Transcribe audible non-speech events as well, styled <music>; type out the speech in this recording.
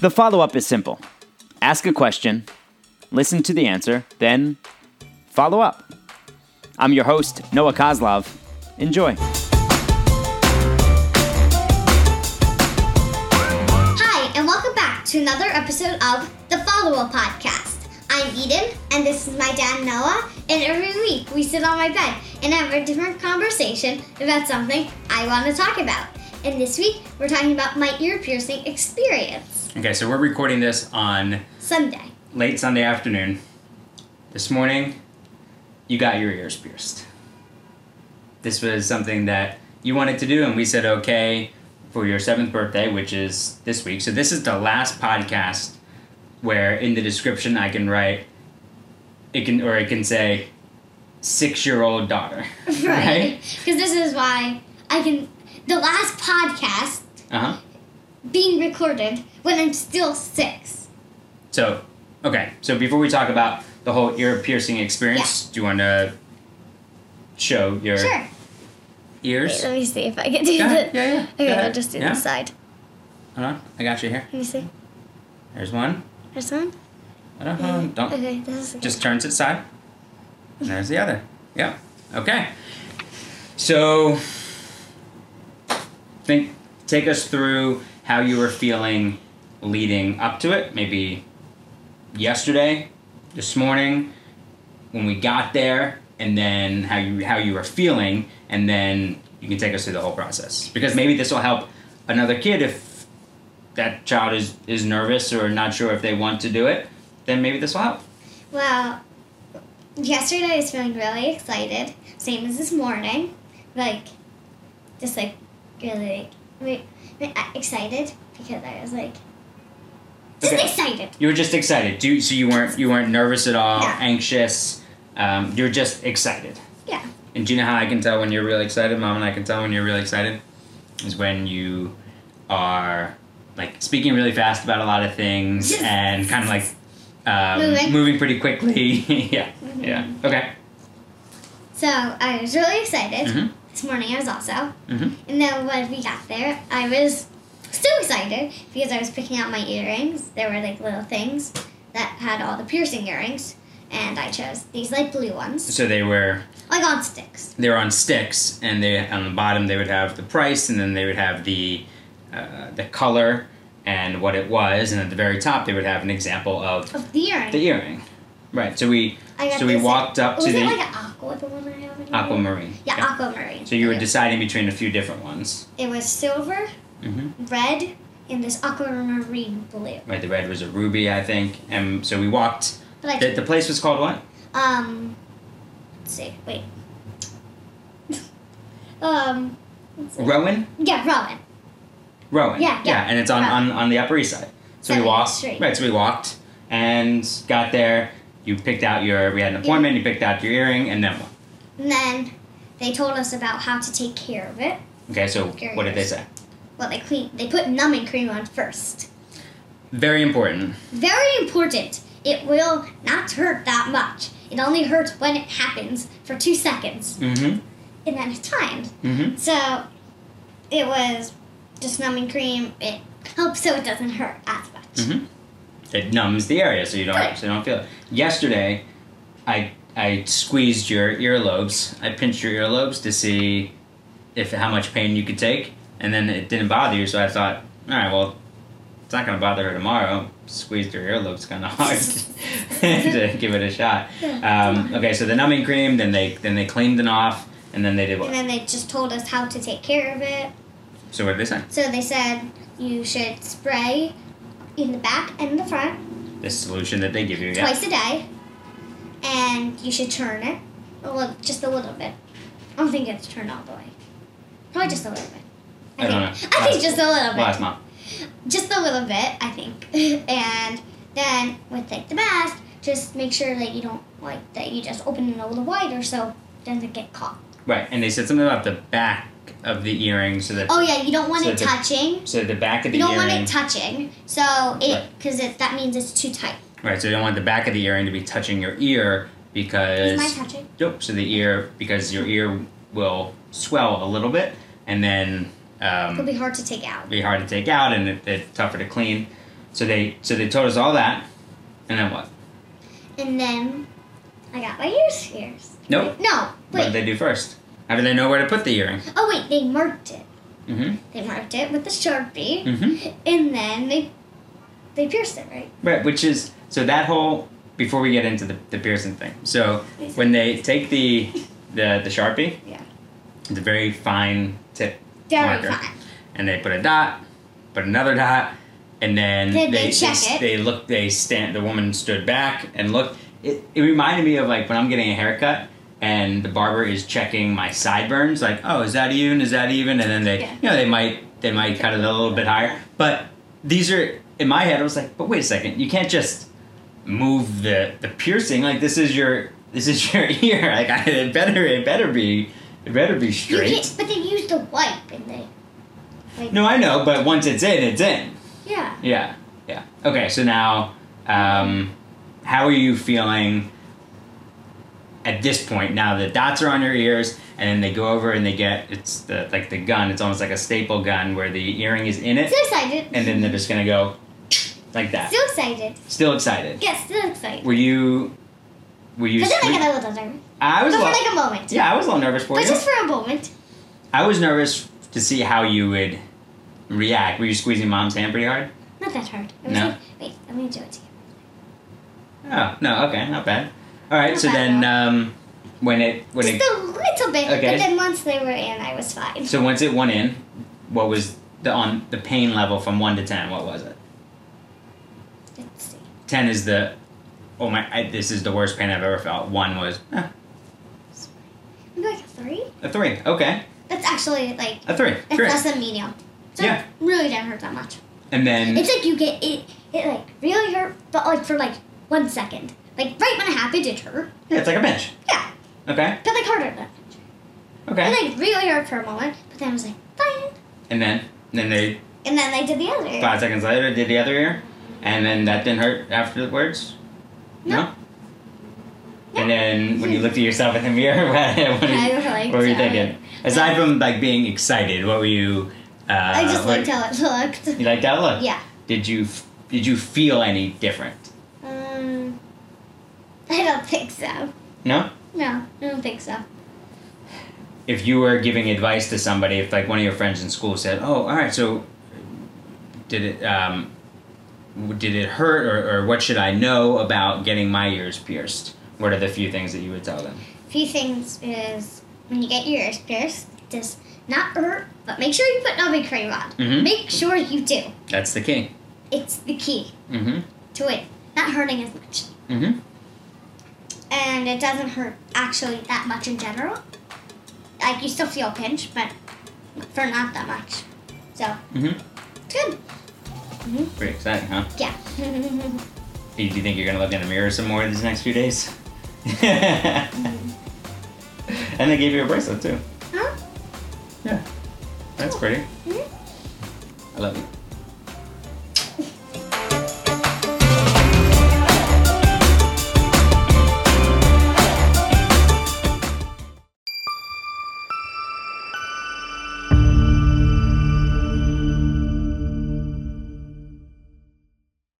The follow up is simple ask a question, listen to the answer, then follow up. I'm your host, Noah Kozlov. Enjoy. Hi, and welcome back to another episode of the Follow Up Podcast. I'm Eden, and this is my dad, Noah. And every week we sit on my bed and have a different conversation about something I want to talk about. And this week we're talking about my ear piercing experience. Okay, so we're recording this on Sunday. late Sunday afternoon. This morning, you got your ears pierced. This was something that you wanted to do, and we said okay for your seventh birthday, which is this week. So, this is the last podcast where in the description I can write, it can, or it can say, six year old daughter. <laughs> Right. Because this is why I can. The last podcast Uh huh. being recorded when I'm still six. So, okay. So before we talk about the whole ear piercing experience, do you want to show your Sure. ears? Wait, let me see if I can do Yeah, that. yeah, yeah. Okay, Yeah. I'll just do Yeah. the side. Hold on, I got you here. Let me see. There's one. There's one. Hold on, hold on, Um, Don't. Okay, this is Just turns its side. And there's the other. Yeah. Okay. So, think. Take us through how you were feeling leading up to it. Maybe yesterday, this morning, when we got there, and then how you how you were feeling, and then you can take us through the whole process. Because maybe this will help another kid if that child is is nervous or not sure if they want to do it. Then maybe this will help. Well, yesterday I was feeling really excited, same as this morning. Like, just like really like, re- re- excited because I was like, just Okay. excited. You were just excited. Do you, so you weren't you weren't nervous at all, Yeah. anxious. Um, you're just excited. Yeah. And do you know how I can tell when you're really excited, Mom? And I can tell when you're really excited is when you are like speaking really fast about a lot of things Yes. and kind of like um, Moving. Mm-hmm. pretty quickly. <laughs> yeah. Yeah. Okay. So I was really excited. Mhm. This morning I was also. Mhm. And then when we got there, I was so excited because I was picking out my earrings. There were like little things that had all the piercing earrings, and I chose these like blue ones, So they were like on sticks. they were on sticks, and they on the bottom they would have the price, and then they would have the uh, the color and what it was, and at the very top they would have an example of Of the earring. The earring. Right. So we I got so we this, walked up Was to it the like an aqua, the one I have? in here? aquamarine. Yeah, aquamarine. So you were Okay. deciding between a few different ones. It was silver, Mhm. red, and this aquamarine blue. Right. The red was a ruby, I think. And so we walked. But I The, the place was called what? um, let's see, wait. <laughs> um, let's see. Rowan. yeah, Rowan. Rowan. Yeah, yeah. And it's on, on, on the Upper East Side. So we Seventh walked. Street. Right. So we walked and got there. You picked out your. We had an appointment. You picked out your earring, and then what? And then they told us about how to take care of it. Okay. So what did they say? Well, they clean. They put numbing cream on first. Very important. Very important. It will not hurt that much. It only hurts when it happens for two seconds, Mm-hmm. and then it's timed. Mm-hmm. So it was just numbing cream. It helps so it doesn't hurt as much. Mm-hmm. it numbs the area so you don't Right. so you don't feel it. Yesterday, I I squeezed your earlobes. I pinched your earlobes to see if how much pain you could take, and then it didn't bother you. So I thought, all right, well, it's not gonna bother her tomorrow. Squeezed her earlobes kind of <laughs> hard to give it a <laughs> shot. Um, okay, so the numbing cream. Then they then they cleaned it off, and then they did And what? then they just told us how to take care of it. So what did they say? So they said you should spray in the back and the front This solution that they give you. Yeah. twice a day, and you should turn it a little, just a little bit. I don't think it's turned all the way. Probably just a little bit. I, I don't think, know. I think just a little bit. Last month. just a little bit, I think. <laughs> and then with like the mask, just make sure that you don't like that you just open it a little wider so it doesn't get caught. Right, and they said something about the back of the earring so that Oh yeah, you don't want So it the- touching. So the back of the You don't earring. want it touching. So it because it that means it's too tight. right. So you don't want the back of the earring to be touching your ear Is because. mine touching? Nope. So the ear because your ear will swell a little bit and then um, It'll be hard to take out. be hard to take out and it, it's tougher to clean. So they so they told us all that, and then what? And then I got my ears pierced. Nope. No, What did wait. they do first? How did they know where to put the earring? oh, wait, they marked it. Mm-hmm. They marked it with a sharpie, Mm-hmm. and then they they pierced it, right? Right, which is so that whole before we get into the, the Pearson thing. So when they take the the the sharpie, Yeah. the very fine tip Very marker, fine. and they put a dot, put another dot, and then Then they they check they, it. they look. They stand. The woman stood back and looked. It, it reminded me of like when I'm getting a haircut. And the barber is checking my sideburns, like, oh, is that even? Is that even? And then they, Yeah. you know, they might they might cut it a little bit higher. But these are in my head. I was like, but wait a second, you can't just move the the piercing. Like this is your this is <laughs> your ear. Like I, it better it better be it better be You straight. can't- but they used a wipe, and they like No, I know, but once it's in, it's in. yeah. Yeah, yeah. Okay, so now, um, how are you feeling at this point? Now the dots are on your ears, and then they go over and they get it's the like the gun. It's almost like a staple gun where the earring is in it, So excited. and then they're just gonna go like that. so excited. Still excited. Yes, so excited. Were you? Were you? But then I sque- got a little nervous. I But was for a little- like a moment. yeah, I was a little nervous for But you. just for a moment. I was nervous to see how you would react. Were you squeezing mom's hand pretty hard? Not that hard. It was No. like, wait, let me do it to you. Oh no, okay, not bad. All right, Not so bad, then though. um, when it when Just it a little bit. Okay. But then once they were in, I was fine. so once it went in, what was the on the pain level from one to ten? What was it? Let's see. Ten is the oh my I, this is the worst pain I've ever felt. One was eh, Maybe like a three? a three. Okay, That's actually like a three. that's Great. less than medium. So Yeah. Mm. it really didn't hurt that much. And then It's like you get it it like really hurt but like for like one second. Like right when it happened it hurt. yeah, it's like a bench. Yeah. Okay, But like harder than okay. it like really hurt for a moment, but then I was like, fine. And then and then they And then they did the other. ear. five seconds later did the other ear, and then that didn't hurt afterwards. No. No. And then when you looked at yourself in the mirror, <laughs> what, what, I you- was like, what were you sorry. thinking? Aside from like being excited, what were you? Uh, I just what- liked how it looked. You liked that look. Yeah. Did you f- did you feel any different? Um I don't think so. No. No, I don't think so. If you were giving advice to somebody, if like one of your friends in school said, "Oh, all right, so did it um, w- did it hurt, or, or what should I know about getting my ears pierced?" What are the few things that you would tell them? few things is when you get your ears pierced, does not hurt, but make sure you put numbing cream on. Mhm. Make sure you do. That's the key. It's the key Mm-hmm. to it not hurting as much. Mm-hmm. And it doesn't hurt actually that much in general. Like you still feel a pinch, but for not that much. So Mm-hmm. it's good. Pretty exciting, huh? Yeah. Do you think you're gonna look in the mirror some more these next few <laughs> days? and they gave you a Uh-huh. bracelet too. huh? Yeah. That's pretty. Mhm. I love you.